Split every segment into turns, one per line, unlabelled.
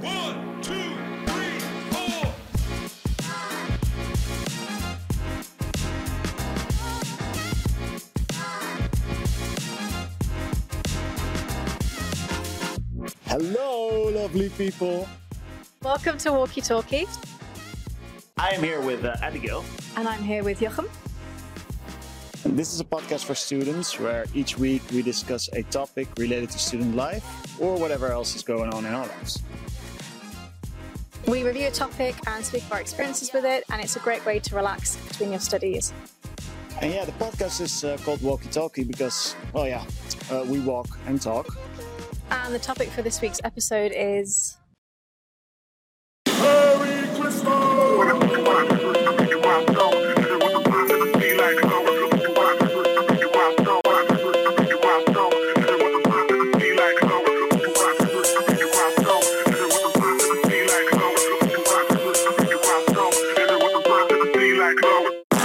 One, two, three, four.
Hello, lovely people.
Welcome to Walkie Talkie,
I am here with uh, Abigail.
and I'm here with Jochem.
This is a podcast for students where each week we discuss a topic related to student life or whatever else is going on in our lives.
We review a topic and speak of our experiences with it, and it's a great way to relax between your studies.
And yeah, the podcast is uh, called Walkie Talkie because, well, yeah, uh, we walk and talk.
And the topic for this week's episode is
Like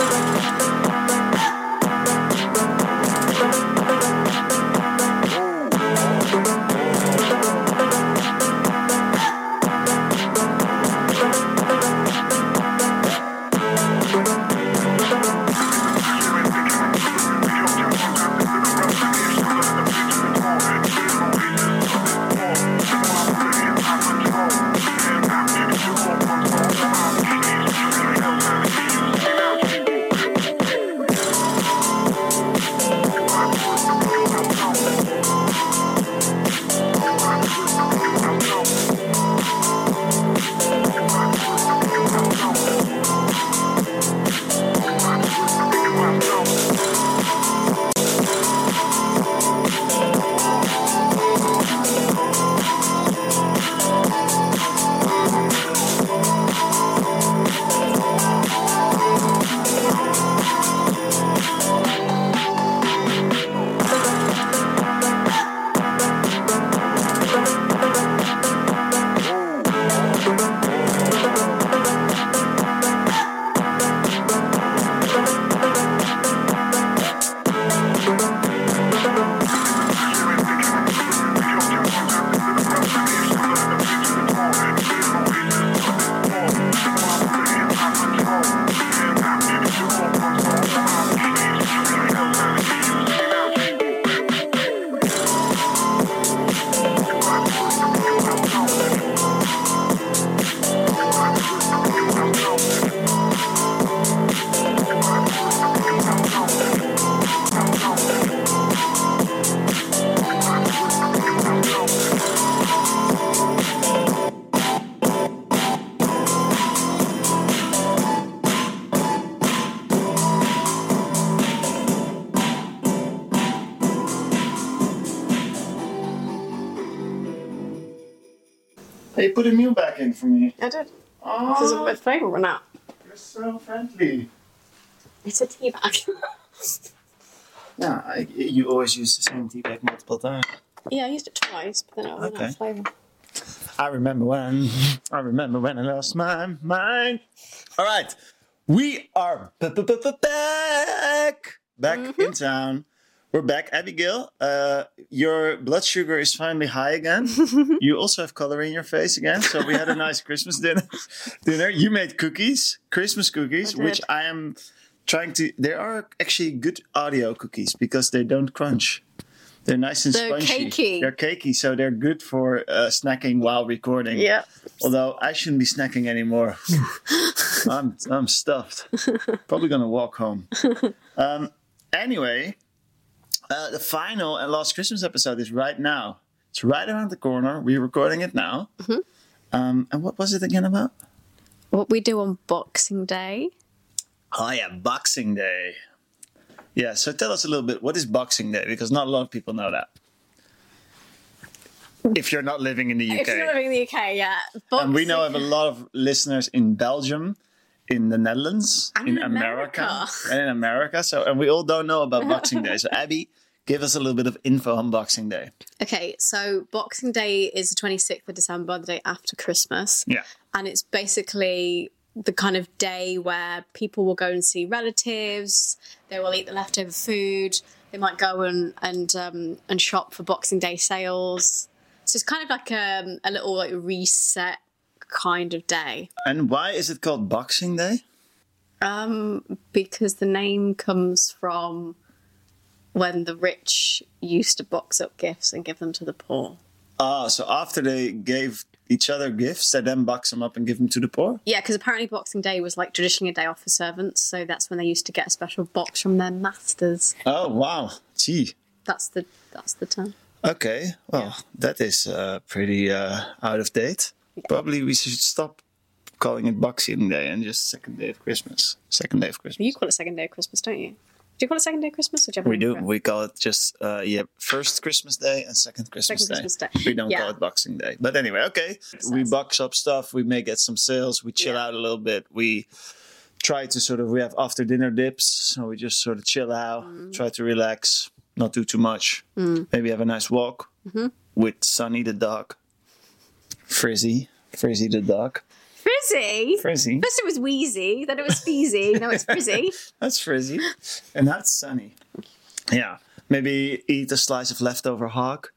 Hey, put a meal back in for me.
I did. This is a
Oh,
bit flavour run out.
you're so friendly.
It's a tea bag.
Yeah, I, you always use the same tea bag multiple times.
yeah, I used it twice, but then it ran out
Okay.
of flavour.
I remember when. I remember when I lost my mind. All right, we are b- b- b- b- back, back
Mm-hmm.
in town. We're back, Abigail. Uh, your blood sugar is finally high again. you also have color in your face again. So we had a nice Christmas dinner. dinner. You made cookies, Christmas cookies,
I
which
did.
I am trying to. There are actually good audio cookies because they don't crunch. They're nice and
They're
spongy.
cakey.
They're cakey, so they're good for uh, snacking while recording.
Yeah.
Although I shouldn't be snacking anymore. I'm I'm stuffed. Probably gonna walk home. Um, anyway, uh, the final and last Christmas episode is right now. It's right around the corner. We're recording it now.
Mm-hmm.
Um, and what was it again about?
What we do on Boxing Day.
Oh yeah, Boxing Day. Yeah. So tell us a little bit. What is Boxing Day? Because not a lot of people know that. If you're not living in the UK,
If you're living in the UK, yeah. Boxing
And we know of a lot of listeners in Belgium, in the Netherlands,
And
in
in
America,
America.
and in America. So, and we all don't know about Boxing Day. So, Abby, give us a little bit of info on Boxing Day.
Okay, so Boxing Day is the 26th of December, the day after Christmas.
Yeah.
and it's basically the kind of day where people will go and see relatives, they will eat the leftover food, They might go and and um, and shop for Boxing Day sales. So it's kind of like um, a little like reset kind of day
And why is it called Boxing Day?
um, because the name comes from when the rich used to box up gifts and give them to the poor.
Ah, so after they gave each other gifts, they then box them up and give them to the poor?
Yeah, because apparently Boxing Day was like traditionally a day off for servants, so that's when they used to get a special box from their masters.
Oh, wow. Gee.
That's the that's the term.
Okay. Well, that is uh, pretty uh, out of date. Probably we should stop calling it Boxing Day and just second day of Christmas. Second day of Christmas.
You call it second day of Christmas, don't you? Do you call it second day of Christmas? Or do you have a
We
name
do.
for it?
We call it just uh, yeah, first Christmas Day and second Christmas,
Second Christmas
day.
Day.
We don't call
Yeah.
it Boxing Day. But anyway, okay. We box up stuff. We may get some sales. We chill out a little bit. We try to sort of we have after dinner dips, so we just sort of chill out,
Mm.
try to relax, not do too much. Maybe have a nice walk
Mm-hmm.
with Sunny the dog, Frizzy, Frizzy the dog,
Frizzy.
Frizzy.
First it was Wheezy, then it was Feezy, now it's Frizzy.
That's frizzy. And that's sunny. Yeah. Maybe eat a slice of leftover hog.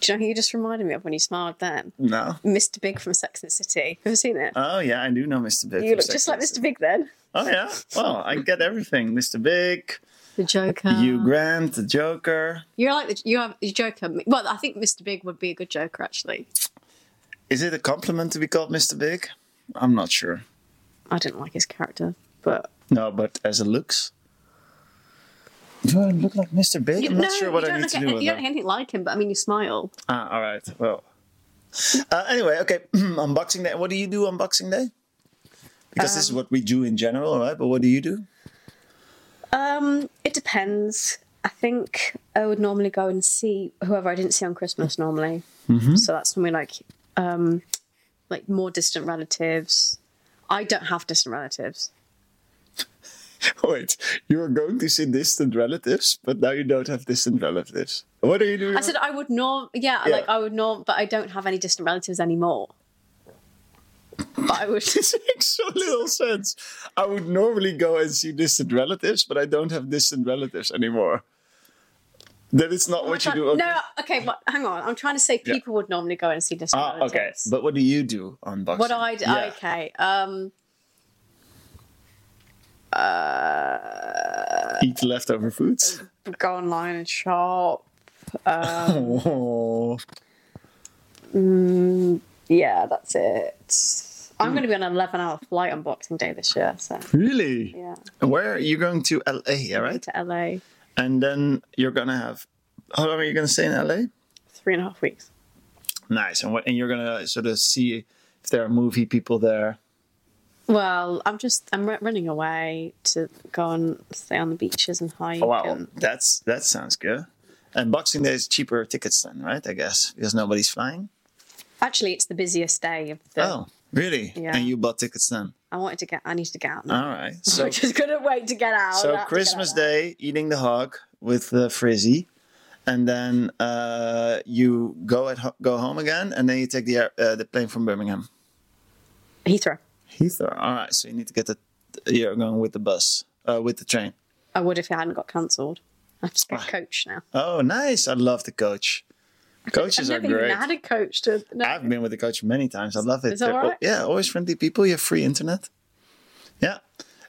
Do you know who you just reminded me of when you smiled then?
No.
Mr. Big from Sex and the City. Have you seen it?
Oh yeah, I do know Mr. Big.
you
from
look
Sex
just like
and the City.
Mr. Big then.
Oh yeah. Well, I get everything. Mr. Big,
The Joker.
Hugh Grant, the Joker.
You're like the, you are the Joker. Well, I think Mr. Big would be a good Joker actually.
Is it a compliment to be called Mr. Big? I'm not sure.
I didn't like his character, but
No, but as it looks. Do I look like Mr. Big? I'm not sure what I
you don't
need
look
to
at-
do with
You
that.
don't look anything like him, but I mean, you smile.
Ah, all right. Well, uh, anyway, okay. Unboxing Day. What do you do on Boxing Day? Because this is what we do in general, right? But what do you do?
Um, it depends. I think I would normally go and see whoever I didn't see on Christmas normally.
Mm-hmm.
So that's normally like um like more distant relatives. I don't have distant relatives.
Wait, you are going to see distant relatives, but now you don't have distant relatives. What are you doing?
I said I would norm yeah,
Yeah.
like I would norm but I don't have any distant relatives anymore. But I would
this makes so little sense. I would normally go and see distant relatives, but I don't have distant relatives anymore. That is not what you do.
Oh, No, okay, but hang on. I'm trying to say
Yeah.
people would normally go and see distant
Ah,
relatives.
okay. But what do you do on Boxing?
What I d-
Yeah.
okay. Um
Eat leftover foods.
go online and shop. Um,
Oh.
Yeah, that's it.
Hmm.
I'm going to be on an 11 hour flight on Boxing Day this year, so
Really?
Yeah.
Where are you going to LA, yeah, right?
to LA
And then you're gonna have how long are you gonna stay in LA?
three and a half weeks.
Nice. And what and you're gonna sort of see if there are movie people there.
Well, I'm just I'm r- running away to go and stay on the beaches and hike.
Oh, Wow,
and-
that's that sounds good. And Boxing Day is cheaper tickets then, right? I guess because nobody's flying.
Actually, it's the busiest day of the.
Oh, really?
Yeah.
And you bought tickets then?
I wanted to get. I need to get out. Now.
All right. So
I just couldn't wait to get out. I
Oh. so
have to get
Christmas
out now.
Day, eating the hog with the frizzy, and then uh, you go at ho- go home again, and then you take the air- uh, the plane from Birmingham.
Heathrow.
Heathrow. All right, so you need to get the you're going with the bus, uh, with the train.
I would if it hadn't got cancelled. I've just got a coach now.
Oh, nice! I love the coach. Coaches are
I've never
great.
even had a coach to. No.
I've been with the coach many times. I love it.
Is that
They're
all
al-
right?
Yeah, always friendly people. You have free internet. Yeah,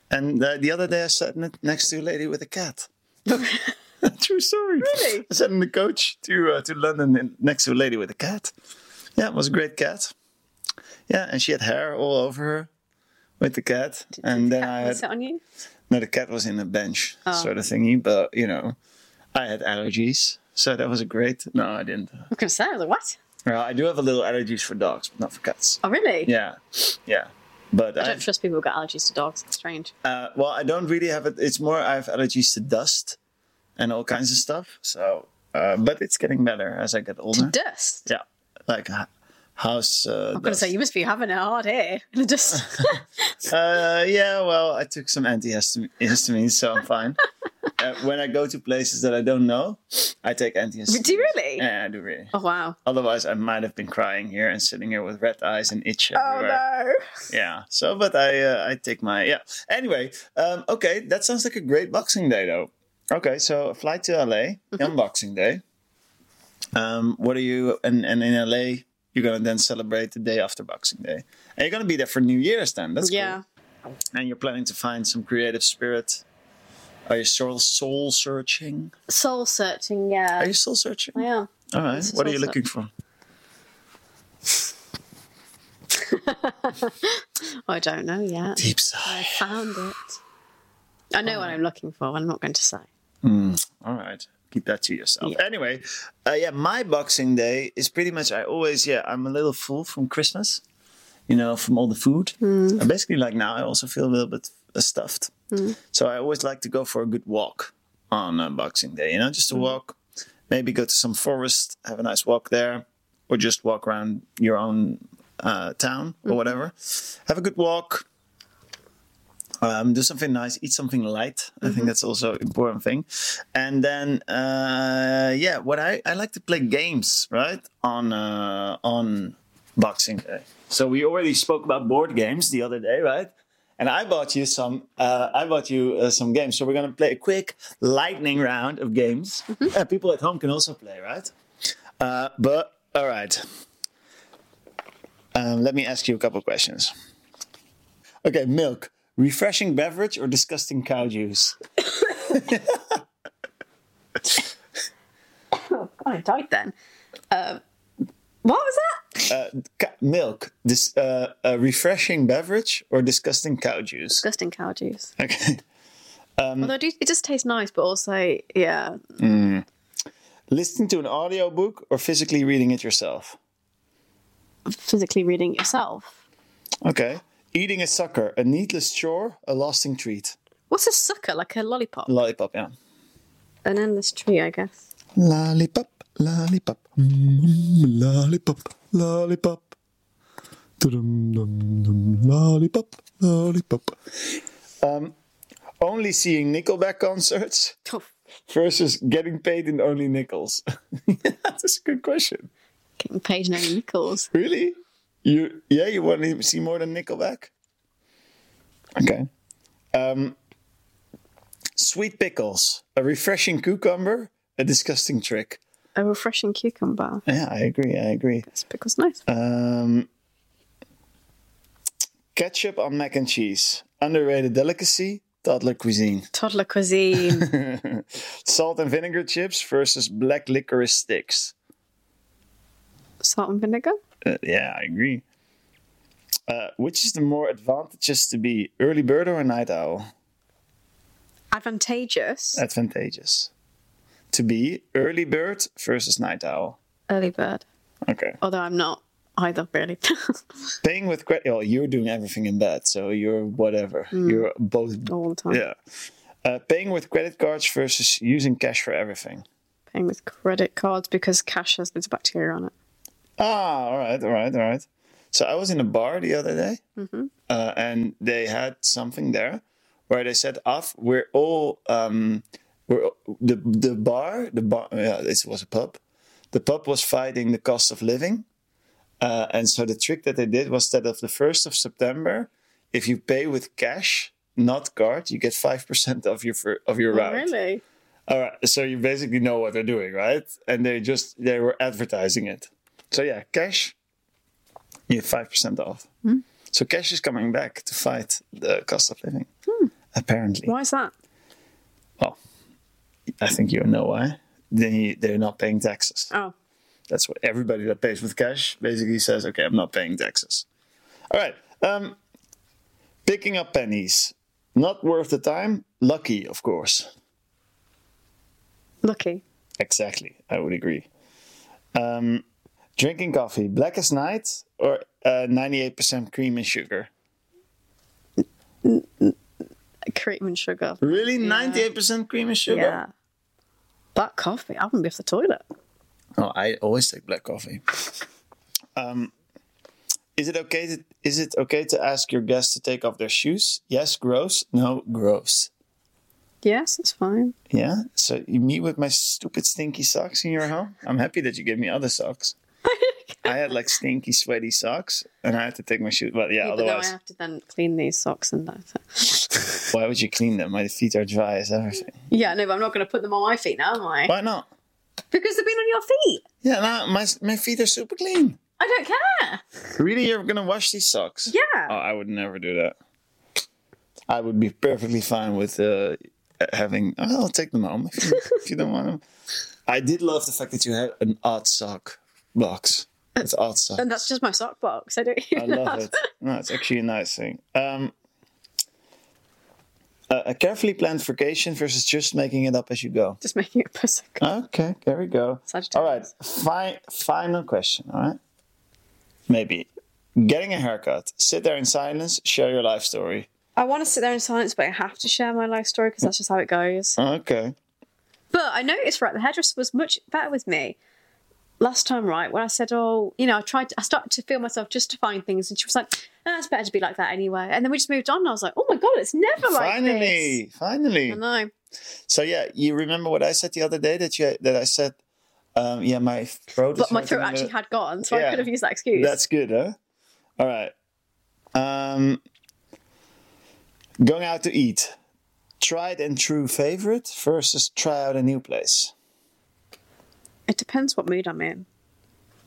and uh, the other day I sat ne- next to a lady with a cat. True story.
Really?
I sat in the coach to uh, to London in, next to a lady with a cat. Yeah, it was a great cat. Yeah, and she had hair all over her with the cat. and then I had
Sit on you.
no, the cat was in a bench
Oh.
sort of thingy, but you know, I had allergies, so that was a great. No, I didn't.
I'm gonna say I was like, what?
Well, I do have a little allergies for dogs, but not for cats.
Oh really?
Yeah, yeah, but
I
I,
don't trust people who got allergies to dogs. It's strange.
uh, well, I don't really have it. It's more I have allergies to dust and all kinds of stuff. So, uh, but it's getting better as I get older.
Dust.
Yeah, like h- house. Uh,
I'm gonna say you must be having it hard here. And just
Uh, yeah, well, I took some antihistamines, so I'm fine. uh, when I go to places that I don't know, I take antihistamines.
do you really?
Yeah, I do really.
Oh wow.
Otherwise, I might have been crying here and sitting here with red eyes and itch
Oh
everywhere.
no.
Yeah. So, but I, uh, I take my yeah. Anyway, um, okay, that sounds like a great Boxing Day though. Okay, so a flight to LA,
Mm-hmm.
unboxing day. Um, what are you and, and in LA you're gonna then celebrate the day after Boxing Day. And you're gonna be there for New Year's then. That's
Yeah.
cool. And you're planning to find some creative spirit. Are you soul soul searching?
Soul searching,
Are
yeah.
you soul searching?
Yeah.
All right.
This is
What are you
also-
looking for?
I don't know yet.
Deep sigh.
I found it. I know what I'm looking for. I'm not going to say.
All right. Keep that to yourself. Anyway, uh, yeah, my Boxing Day is pretty much, I always, yeah, I'm a little full from Christmas, you know, from all the food. And basically, like now, I also feel a little bit uh, stuffed. So I always like to go for a good walk on uh, Boxing Day, you know, just a walk, maybe go to some forest, have a nice walk there, or just walk around your own uh, town or whatever. Have a good walk, um, do something nice, eat something light. I think that's also an important thing. And then, uh, yeah, what I, I like to play games, right? On uh, on Boxing Day. So we already spoke about board games the other day, right? And I bought you some. Uh, I bought you uh, some games. So we're gonna play a quick lightning round of games. Uh, people at home can also play, right? Uh, but all right. Um, let me ask you a couple questions. Okay, milk. Refreshing beverage or disgusting cow juice?
Oh, I died then. Um, what was that?
Uh, ca- milk. This uh, a refreshing beverage or disgusting cow juice?
Disgusting cow juice.
Okay. Um,
Although it, do- it does taste nice, but also, yeah,
Listening to an audiobook or physically reading it yourself?
physically reading it yourself.
Okay. Eating a sucker, a needless chore, a lasting treat.
What's a sucker? Like a lollipop?
Lollipop, yeah.
An endless tree, I guess.
Lollipop, lollipop, mm, lollipop, lollipop. Dum dum dum, lollipop, lollipop. Um, only seeing Nickelback concerts
Oh,
versus getting paid in only nickels. That's a good question.
getting paid in only nickels.
Really? You yeah, you want to see more than Nickelback? Okay. Um sweet pickles, a refreshing cucumber, a disgusting trick.
A refreshing cucumber.
Yeah, I agree. I agree.
That's pickles nice.
Um ketchup on mac and cheese, underrated delicacy, toddler cuisine.
Toddler cuisine.
Salt and vinegar chips versus black licorice sticks.
Salt and vinegar.
Uh, yeah, I agree. Uh, which is the more advantageous to be, early bird or a night owl?
Advantageous.
Advantageous. To be early bird versus night owl.
Early bird.
Okay.
Although I'm not either, really.
Paying with credit. Oh, you're doing everything in bed, so you're whatever. You're both.
All the time.
Yeah. Uh, paying with credit cards versus using cash for everything.
Paying with credit cards because cash has loads of bacteria on it.
Ah, all right, all right, all right. So I was in a bar the other day, uh, and they had something there where they said, "Off, we're all um, we're the the bar, the bar. Yeah, this was a pub. The pub was fighting the cost of living, uh, and so the trick that they did was that of the first of September, if you pay with cash, not card, you get five percent of your fir- of your round.
Oh, Really?
All right, so you basically know what they're doing, right? And they just they were advertising it. So yeah, cash, you have five percent off. So cash is coming back to fight the cost of living, apparently.
Why is that?
Well, I think you know why. They they're not paying taxes.
Oh,
That's what everybody that pays with cash basically says. Okay, I'm not paying taxes. All right. Um, picking up pennies, not worth the time. Lucky, of course.
lucky.
Exactly, I would agree. Um, drinking coffee, black as night, or uh, 98% cream and sugar?
Cream and sugar.
Really, 98% cream and sugar?
Yeah. Black coffee. I wouldn't be off the toilet.
Oh, I always take black coffee. Um, is it okay? To, is it okay to ask your guests to take off their shoes? Yes, gross. No, gross.
Yes, it's fine.
Yeah. So you meet with my stupid stinky socks in your home? I'm happy that you gave me other socks. I had like stinky, sweaty socks, and I had to take my shoes. But yeah,
Even though I
otherwise,
have to then clean these socks and that.
Why would you clean them? My feet are dry as everything.
Yeah, no, but I'm not going to put them on my feet now, am I?
Why not?
Because they've been on your feet.
Yeah, no, my my feet are super clean.
I don't care.
Really, you're gonna wash these socks?
Yeah.
Oh, I would never do that. I would be perfectly fine with uh, having. I'll take them home if you, if you don't want them. I did love the fact that you had an odd sock box. It's odd sock.
And that's just my sock box. I don't
I
even
love it. No, it's actually a nice thing. Um, a a carefully planned vacation versus just making it up as you go.
Just making it per second.
Okay, there we go. All right,
Sagittarius.
fi- final question. All right, maybe getting a haircut. Sit there in silence. Share your life story.
I want to sit there in silence, but I have to share my life story because that's just how it goes.
Okay.
But I noticed, right, the hairdresser was much better with me last time, right, when I said, oh, you know, I tried, to, I started to feel myself justifying things, and she was like, ah, it's better to be like that anyway. And then we just moved on, and I was like, oh my God, it's never like this.
finally, finally.
I know.
So yeah, you remember what I said the other day that you that I said, um, yeah, my throat.
But
is
my throat
hurting a
actually
bit.
had gone, so
Yeah.
I could have used that excuse.
That's good, huh? All right. Um, going out to eat. Tried and true favorite versus try out a new place.
It depends what mood I'm in.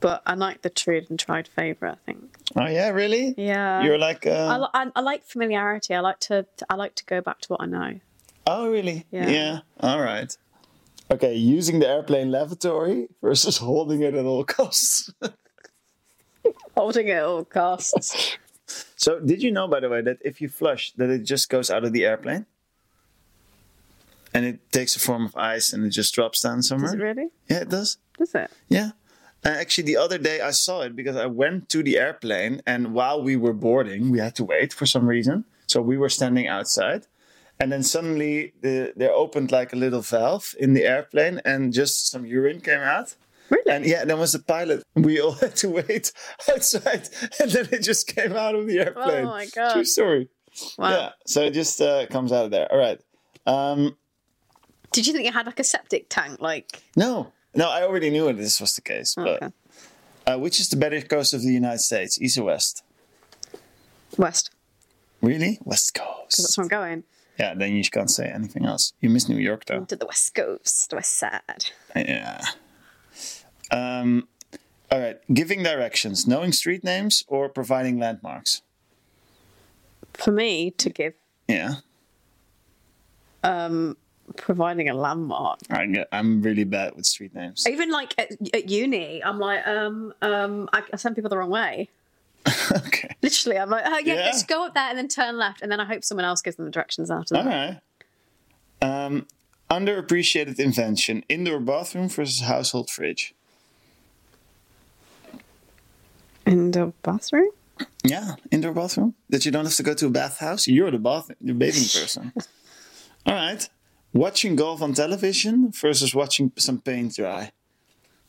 But I like the true and tried favourite, I think.
Oh yeah, really?
Yeah.
You're like, uh,
I, li- I, I like familiarity. I like to I like to go back to what I know.
oh really?
Yeah.
All right. Okay, using the airplane lavatory versus holding it at all costs.
Holding it at all costs.
so, did you know, by the way, that if you flush, that it just goes out of the airplane, and it takes a form of ice, and it just drops down somewhere.
Is it really?
Yeah, it does.
Does it?
Yeah. Uh, actually, the other day I saw it because I went to the airplane, and while we were boarding, we had to wait for some reason. So we were standing outside, and then suddenly the, they opened like a little valve in the airplane, and just some urine came out.
Really?
And yeah, then was the pilot. We all had to wait outside, and then it just came out of the airplane.
Oh my God.
True story.
wow.
Yeah. So it just uh, comes out of there. All right. Um,
Did you think it had like a septic tank? Like
no, no, I already knew this was the case, but.
okay.
Uh, which is the better coast of the United States, east or west?
West?
Really? West
That's
Coast.
where I'm going.
Yeah, then you can't say anything else. You miss New York, though.
To the West Coast, the West Side.
Yeah. Um, all right. Giving directions, knowing street names, or providing landmarks.
For me to give
Yeah.
providing a landmark.
I get, I'm really bad with street names.
Even like at, at uni, I'm like, um, um, I, I send people the wrong way.
okay.
Literally, I'm like, oh, yeah,
Yeah.
just go up there and then turn left, and then I hope someone else gives them the directions after
All
that.
right. Um, underappreciated invention: indoor bathroom versus household fridge.
In the bathroom?
Yeah, indoor bathroom. That you don't have to go to a bathhouse. You're the bath, the bathing person. All right. Watching golf on television versus watching some paint dry.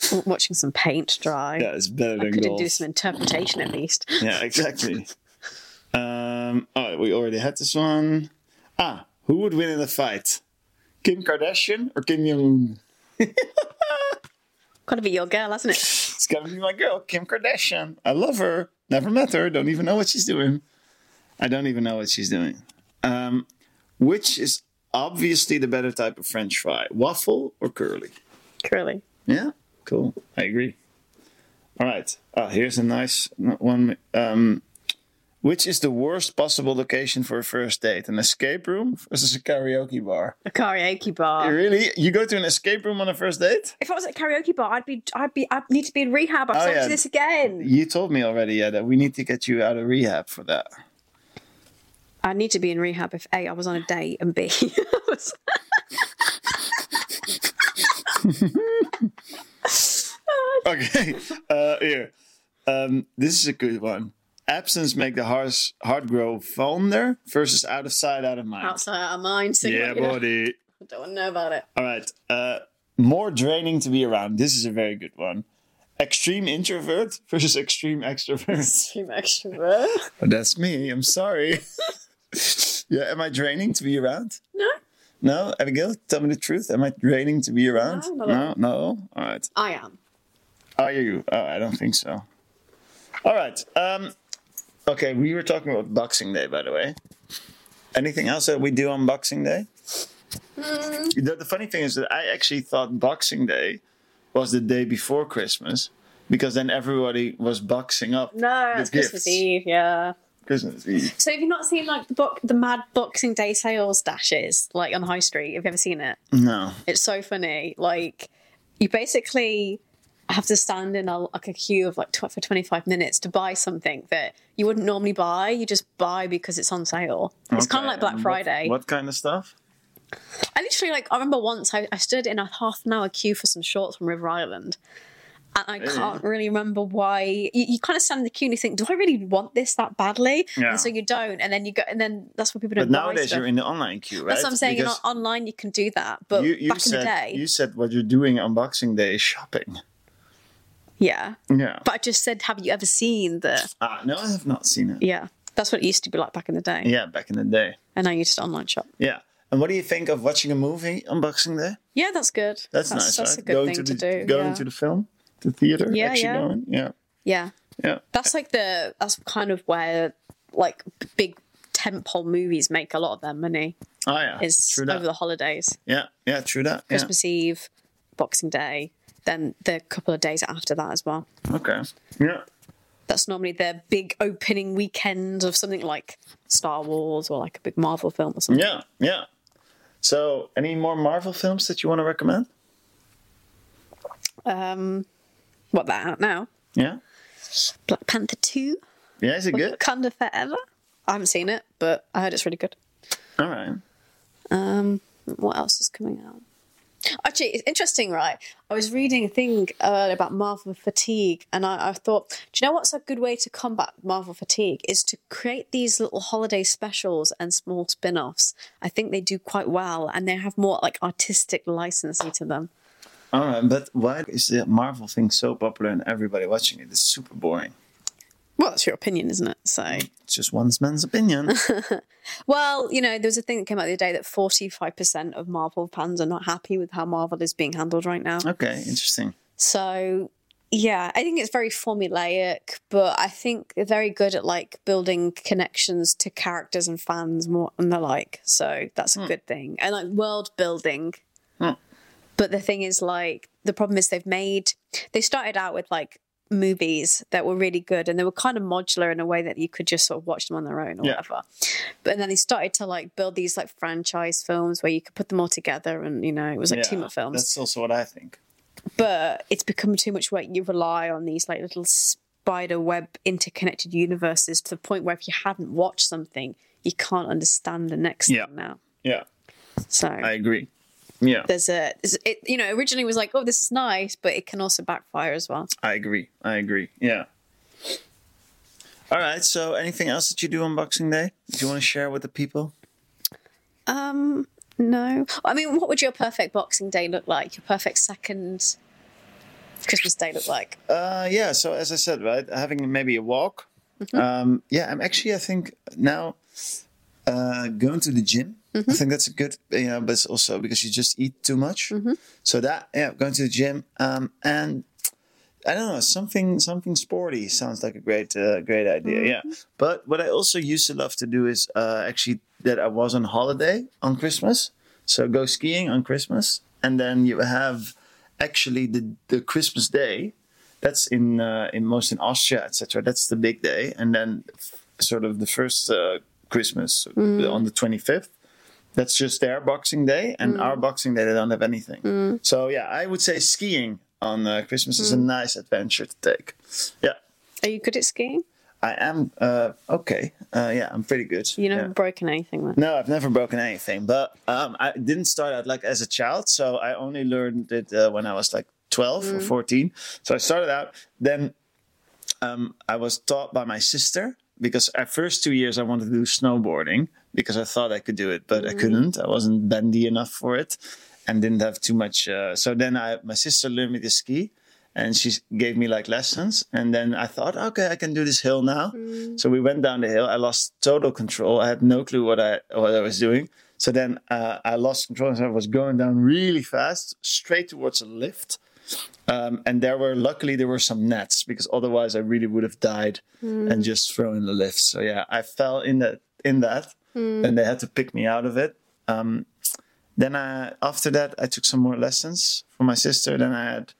W- Watching some paint dry.
Yeah, it's better than
Could
golf.
do some interpretation at least.
yeah, exactly. um, all right, we already had this one. Ah, who would win in a fight? Kim Kardashian or Kim Jong Un?
Gotta be your girl, hasn't it?
It's gotta be my girl, Kim Kardashian. I love her. Never met her. Don't even know what she's doing. I don't even know what she's doing. Um, which is obviously the better type of French fry, waffle or curly?
Curly.
Yeah, cool. I agree. All right. Ah, here's a nice one. Um, which is the worst possible location for a first date? An escape room versus a karaoke bar?
A karaoke bar.
Really? You go to an escape room on a first date?
If I was at a karaoke bar, I'd be, I'd be, I'd need to be in rehab. I've
Oh,
told
yeah.
you this again.
You told me already, yeah, that we need to get you out of rehab for that.
I need to be in rehab if A, I was on a date, and B, I was.
Okay. Uh, here. Um, this is a good one. Absence make the heart, heart grow fonder versus out of sight, out of mind.
Outside out of mind. So
Yeah,
you know,
buddy.
I don't want to know about it.
All right. Uh, more draining to be around. This is a very good one. Extreme introvert versus extreme extrovert.
Extreme extrovert.
Oh, that's me. I'm sorry. yeah, am I draining to be around?
No,
No, Abigail, tell me the truth. Am I draining to be around?
No, not at
no. no? All right.
I am.
Are you? Oh, I don't think so. All right. Um, okay, we were talking about Boxing Day, by the way. Anything else that we do on Boxing Day?
Mm.
The, the funny thing is that I actually thought Boxing Day was the day before Christmas because then everybody was boxing up.
No,
the
it's Christmas
gifts.
Eve, yeah.
Christmas Eve.
So have you not seen like the book, the Mad Boxing Day sales dashes, like on the high street? Have you ever seen it?
No.
It's so funny. Like you basically have to stand in a, like a queue of like tw- for 25 minutes to buy something that you wouldn't normally buy. You just buy because it's on sale. It's kind
Okay,
of like Black
and what-
Friday.
What, kind of stuff?
I literally like I remember once I, I stood in a half an hour queue for some shorts from River Island. And I can't really remember why. You, you kind of stand in the queue and you think, "Do I really want this that badly?"
Yeah.
And so you don't, and then you go, and then that's what people don't.
But
buy
nowadays
stuff.
you're in the online queue, right?
That's what I'm saying. and
Because
on- online, you can do that, but
you, you
back
said
in the day,
you said what you're doing on Boxing Day is shopping.
yeah.
Yeah.
But I just said, "Have you ever seen the?"
Ah, no, I have not seen it.
Yeah, that's what it used to be like back in the day,
Yeah, back in the day.
and now you just online shop.
Yeah. And what do you think of watching a movie on Boxing Day?
Yeah, that's good.
That's, nice,
That's
right?
a good
going
thing
to,
to,
the,
do.
Going
yeah.
to the film, the theater,
Yeah,
actually
yeah.
going. Yeah.
yeah.
Yeah.
that's like the that's kind of where like b- big tentpole movies make a lot of their money
Oh yeah.
is
true that.
over the holidays
yeah. Yeah, true that. Yeah.
christmas eve boxing day then the couple of days after that as well
Okay. Yeah.
that's normally their big opening weekend of something like star wars or like a big marvel film or something
Yeah. Yeah. So, any more Marvel films that you want to recommend?
um what that out now
Yeah.
black panther 2
Yeah, is it good?
wakanda forever i haven't seen it but i heard it's really good
All right.
Um, what else is coming out? Actually, it's interesting, right? I was reading a thing uh, about Marvel fatigue, and I, I thought, do you know what's a good way to combat Marvel fatigue? Is to create these little holiday specials and small spin offs. I think they do quite well, and they have more like artistic licensing to them.
All right, but why is the Marvel thing so popular and everybody watching it? It's super boring.
Well, that's your opinion, isn't it? So,
It's just one man's opinion.
well, you know, there was a thing that came out the other day that 45% of Marvel fans are not happy with how Marvel is being handled right now.
okay, interesting.
So yeah, I think it's very formulaic, but I think they're very good at like building connections to characters and fans more and the like. So that's a good thing. And like world building. But the thing is like the problem is they've made they started out with like movies that were really good and they were kind of modular in a way that you could just sort of watch them on their own or
Yeah.
whatever. But and then they started to like build these like franchise films where you could put them all together and you know it was like team up films
That's also what I think.
but it's become too much work. You rely on these like little spider web interconnected universes to the point where if you hadn't watched something, you can't understand the next
Yeah.
thing now.
Yeah,
So
I agree. Yeah,
there's a there's- it you know originally was like oh this is nice, but it can also backfire as well.
I agree. I agree. Yeah. All right. So, anything else that you do on Boxing Day? Do you want to share with the people?
Um, no, I mean, what would your perfect Boxing Day look like? Your perfect second Christmas Day look like?
Uh, yeah. So as I said, right, having maybe a walk. Um, yeah, I'm actually. I think now uh, going to the gym. I think that's a good, you know, but it's also because you just eat too much. So that yeah, going to the gym um, and I don't know something something sporty sounds like a great uh, great idea. Yeah, but what I also used to love to do is uh, actually that I was on holiday on Christmas, so go skiing on Christmas, and then you have actually the the Christmas day. That's in uh, in most in Austria etc. That's the big day, and then f- sort of the first uh, Christmas on the twenty fifth that's just their boxing day and our boxing day they don't have anything so yeah i would say skiing on uh, christmas is a nice adventure to take yeah
Are you good at skiing?
i am uh, okay uh, yeah i'm pretty good
You
Yeah.
never broken anything. Then.
no i've never broken anything but um, i didn't start out like as a child so i only learned it uh, when i was like 12 or 14 so i started out then um, I was taught by my sister because at first two years I wanted to do snowboarding because I thought I could do it, but I couldn't. I wasn't bendy enough for it, and didn't have too much. Uh, so then I, my sister learned me to ski, and she s- gave me like lessons. And then I thought, okay, I can do this hill now. So we went down the hill. I lost total control. I had no clue what I what I was doing. So then uh, I lost control. So I was going down really fast, straight towards a lift. Um, and there were luckily there were some nets because
Hmm.
otherwise I really would have died and just thrown in the lift. So yeah, I fell in that in that,
Hmm.
and they had to pick me out of it. Um, then I, after that, I took some more lessons from my sister. Then I had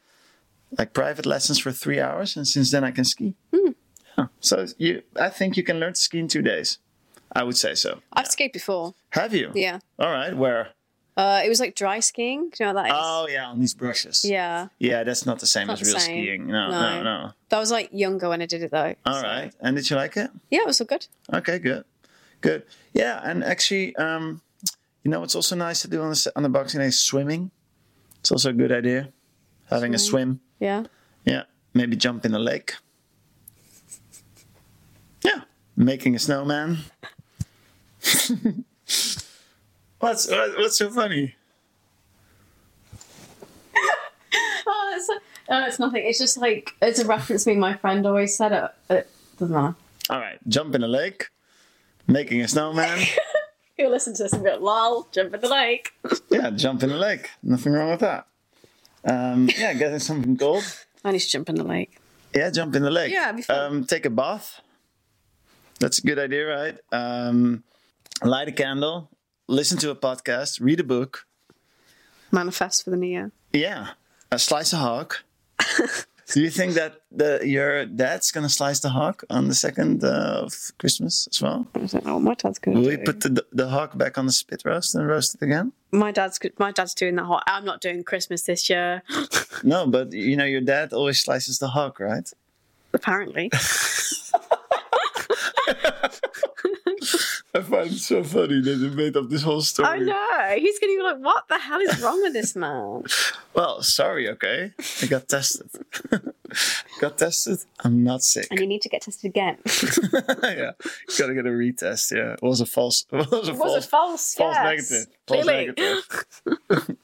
like private lessons for three hours, and since then I can ski.
Hmm.
Yeah. So you, I think you can learn to ski in two days. I would say so.
I've skied before.
Have you?
Yeah.
All right. Where?
Uh, it was like dry skiing. Do you know what that is?
Oh yeah, on these brushes.
yeah.
Yeah, that's not the same
Not
as
the
real
same.
skiing. No, no,
No.
no.
That was like younger when I did it though.
All right. And did you like it?
Yeah, it was all good.
Okay, good, good. Yeah, and actually, um, you know, it's also nice to do on the s- on the Boxing Day swimming. It's also a good idea, having a swim.
Yeah.
Yeah, maybe jump in the lake. Yeah, making a snowman. what's what- what's so funny?
Oh, it's, no, it's nothing. It's just like it's a reference me. My friend always said it. It doesn't matter.
All right, jump in the lake, making a snowman.
Who listens to this and go, "Lol, jump in the lake."
yeah, jump in the lake. Nothing wrong with that. Um, yeah, getting something cold.
I need to jump in the lake.
Yeah, jump in the lake.
Yeah, it'd be fun.
Um, take a bath. That's a good idea, right? Um, light a candle, listen to a podcast, read a book.
Manifest for the new year.
Yeah, uh, slice a hog. Do you think that the, your dad's gonna slice the hog on the second uh, of Christmas as well?
I don't know what my dad's gonna
Will
do.
you put the, the hog back on the spit roast and roast it again?
my dad's good. My dad's doing that whole. I'm not doing Christmas this year.
No, but you know your dad always slices the hog, right?
Apparently,
I find it so funny that they made up this whole story.
I know he's gonna be like, "What the hell is wrong with this man?"
Well, sorry, okay. I got tested. got tested. I'm not sick.
and you need to get tested again. it
yeah, gotta get a retest. Yeah, it was a false. It was a false.
was a false.
false
yes.
negative. False
Really?
negative.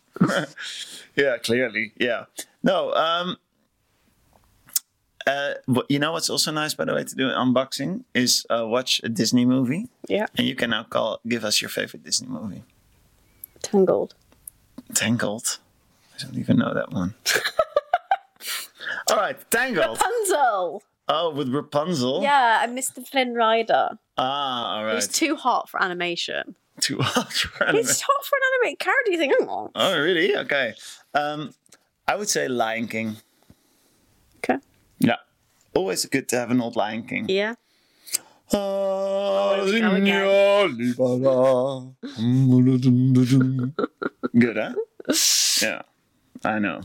yeah, clearly. Yeah. No. Um. Uh, but you know what's also nice, by the way, to do an unboxing is uh, watch a Disney movie,
Yeah.
and you can now call give us your favorite Disney movie.
Tangled.
Tangled. I don't even know that one. All right, Tangled.
Punzel.
Oh, with Rapunzel.
Yeah, and Mr. Flynn Rider.
Ah, all
He's
right.
too hot for animation.
Too hot for anime.
He's hot for an animated character. You think, hang on.
Oh, really? Okay. Um, I would say Lion King.
Okay.
Yeah. Always good to have an old Lion King.
Yeah.
Ah,
we go again.
Signor Libera. Good, huh? Yeah, I know.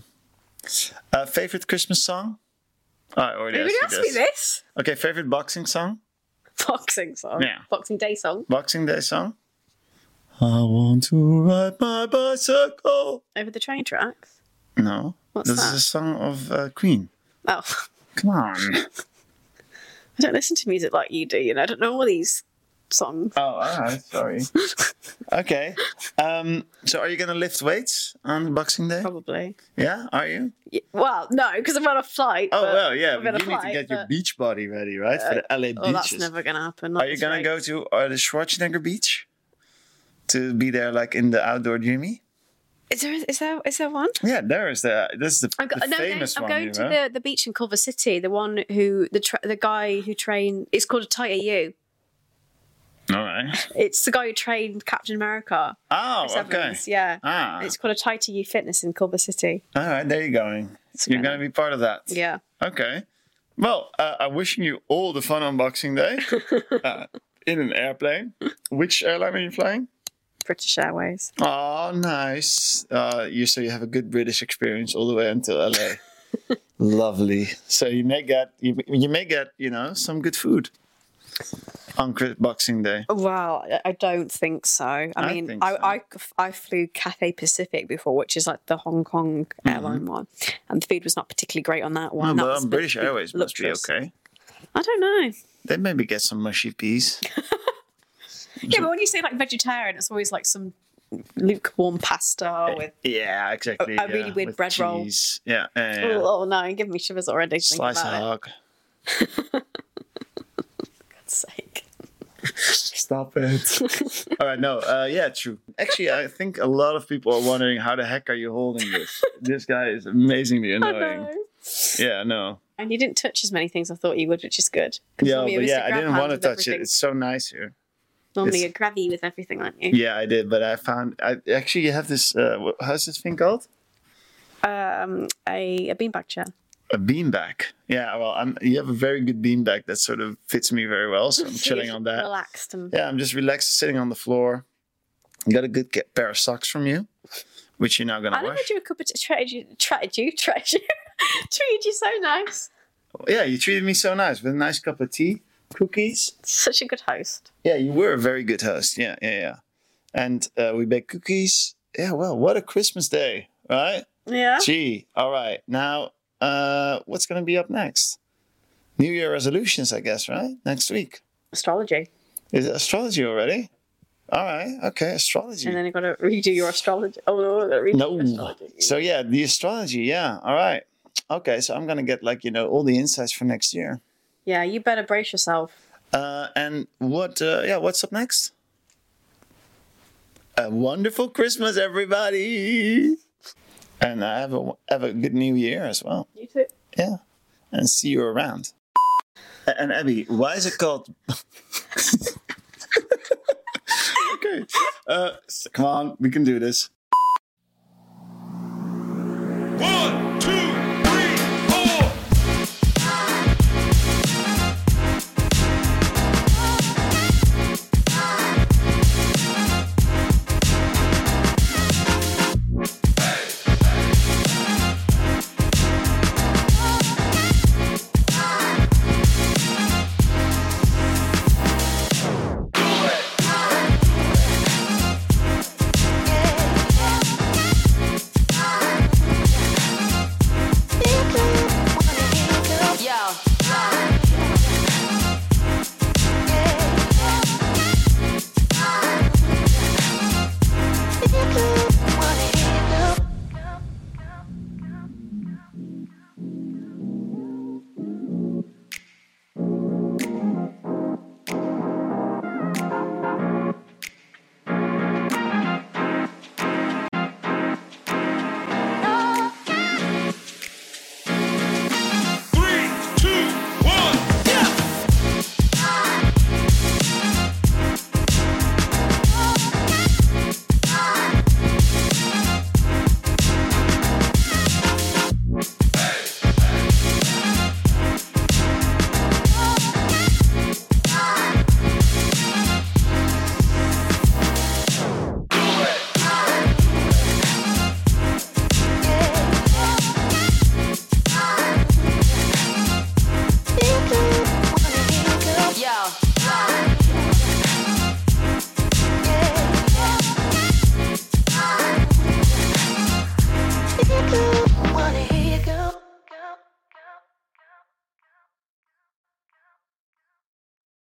Uh, favorite Christmas song? Oh, I already
Everybody
asked
asked
you
me
this.
this.
Okay, favorite boxing song?
Boxing song.
Yeah.
Boxing Day song.
Boxing Day song? I want to ride my bicycle.
Over the train tracks.
No.
What's
this is
that?
a song of uh, Queen.
Oh, I
Come on.
don't listen to music like you do, you know. I don't know all these songs.
Oh, all right. Sorry. okay. Um, so, are you going to lift weights on Boxing Day?
Probably.
Yeah, are you?
Y- Well, no, because I'm on a flight.
Oh,
but-
well, yeah.
I'm
But
gonna
you need to
fly,
get your
but-
beach body ready, right? For the LA beaches.
Oh, that's never going to happen. not
are you
this
going
way.
to go to uh, the Schwarzenegger Beach to be there, like in the outdoor Jimmy?
Is there, is, there, is there one?
Yeah, there is the. This is the,
I'm, go-
the
no, I'm going,
famous
I'm
one.
going
you
to
know?
the, the beach in Culver City, the one who, the tra- the guy who trained, it's called a Tighter You.
All right.
It's the guy who trained Captain America.
Oh,
Chris
okay.
Evans, Yeah.
Ah,
It's called a Tighter You Fitness in Culver City.
all right. There you're going.
It's
You're
gonna-
going to be part of that.
Yeah.
Okay. Well, uh, I'm wishing you all the fun on Boxing Day uh, in an airplane. Which airline are you flying?
British Airways.
Oh, nice. Uh, you so you have a good British experience all the way until LA. Lovely. So you may get you, you may get you know some good food on Chri- Boxing Day.
Well, I- I don't think so. I,
I
mean,
think
I,
so.
I I flew Cathay Pacific before, which is like the Hong Kong airline one, and the food was not particularly great on that one.
Mm-hmm. Oh,
that
but
was
on British
with the
Airways must be
luxurious-
okay.
I don't know.
They maybe get some mushy peas.
Yeah, but when you say like vegetarian, it's always like some lukewarm pasta
Eh.
with.
Yeah, exactly.
a
yeah,
really weird
with
bread roll.
cheese. Yeah, yeah, yeah.
Oh no! Give me shivers already. Think
slice of
about it.
hog.
God's sake.
Stop it. All right, no, uh, yeah, true. Actually, I think a lot of people are wondering how the heck are you holding this? this guy is amazingly
I
annoying.
know.
Yeah, no.
And you didn't touch as many things I thought you would, which is good. 'Cause
Yeah,
for me, it
but
was
yeah,
to
I
grab
didn't
hands
want to
with
touch it.
everything.
It's so nice here.
Normally
It's-
you're grabby with everything, aren't you?
Yeah, I did, but I found I actually you have this. Uh, wh- how's this thing called?
Um, a, a beanbag chair.
A beanbag. Yeah, well, I'm, you have a very good beanbag that sort of fits me very well, so I'm chilling on that.
Relaxed and
Yeah, I'm just relaxed, sitting on the floor. Got a good get pair of socks from you, which you're not gonna
I don't know
wash.
you a cup of tea. Treated you, treated you, treated you, treated you so nice.
Yeah, you treated me so nice with a nice cup of tea, cookies.
Such a good host.
Yeah, you were a very good host. Yeah, yeah, yeah. And uh, we baked cookies. Yeah, well, what a Christmas day, right?
Yeah.
Gee, all right. Now, uh, what's going to be up next? New Year resolutions, I guess, right? Next week.
Astrology.
Is it astrology already? All right. Okay, astrology.
And then you got to redo your astrology. Oh, no, I've got to redo
No.
your astrology.
So yeah, the astrology. Yeah. All right. Okay. So I'm gonna get like you know all the insights for next year.
Yeah, you better brace yourself.
Uh, and what? Uh, yeah. What's up next? A wonderful Christmas, everybody. And uh, have a have a good New Year as well.
You too.
Yeah. And see you around. A- And Abby, why is it called? okay. Uh, s- come on, we can do this.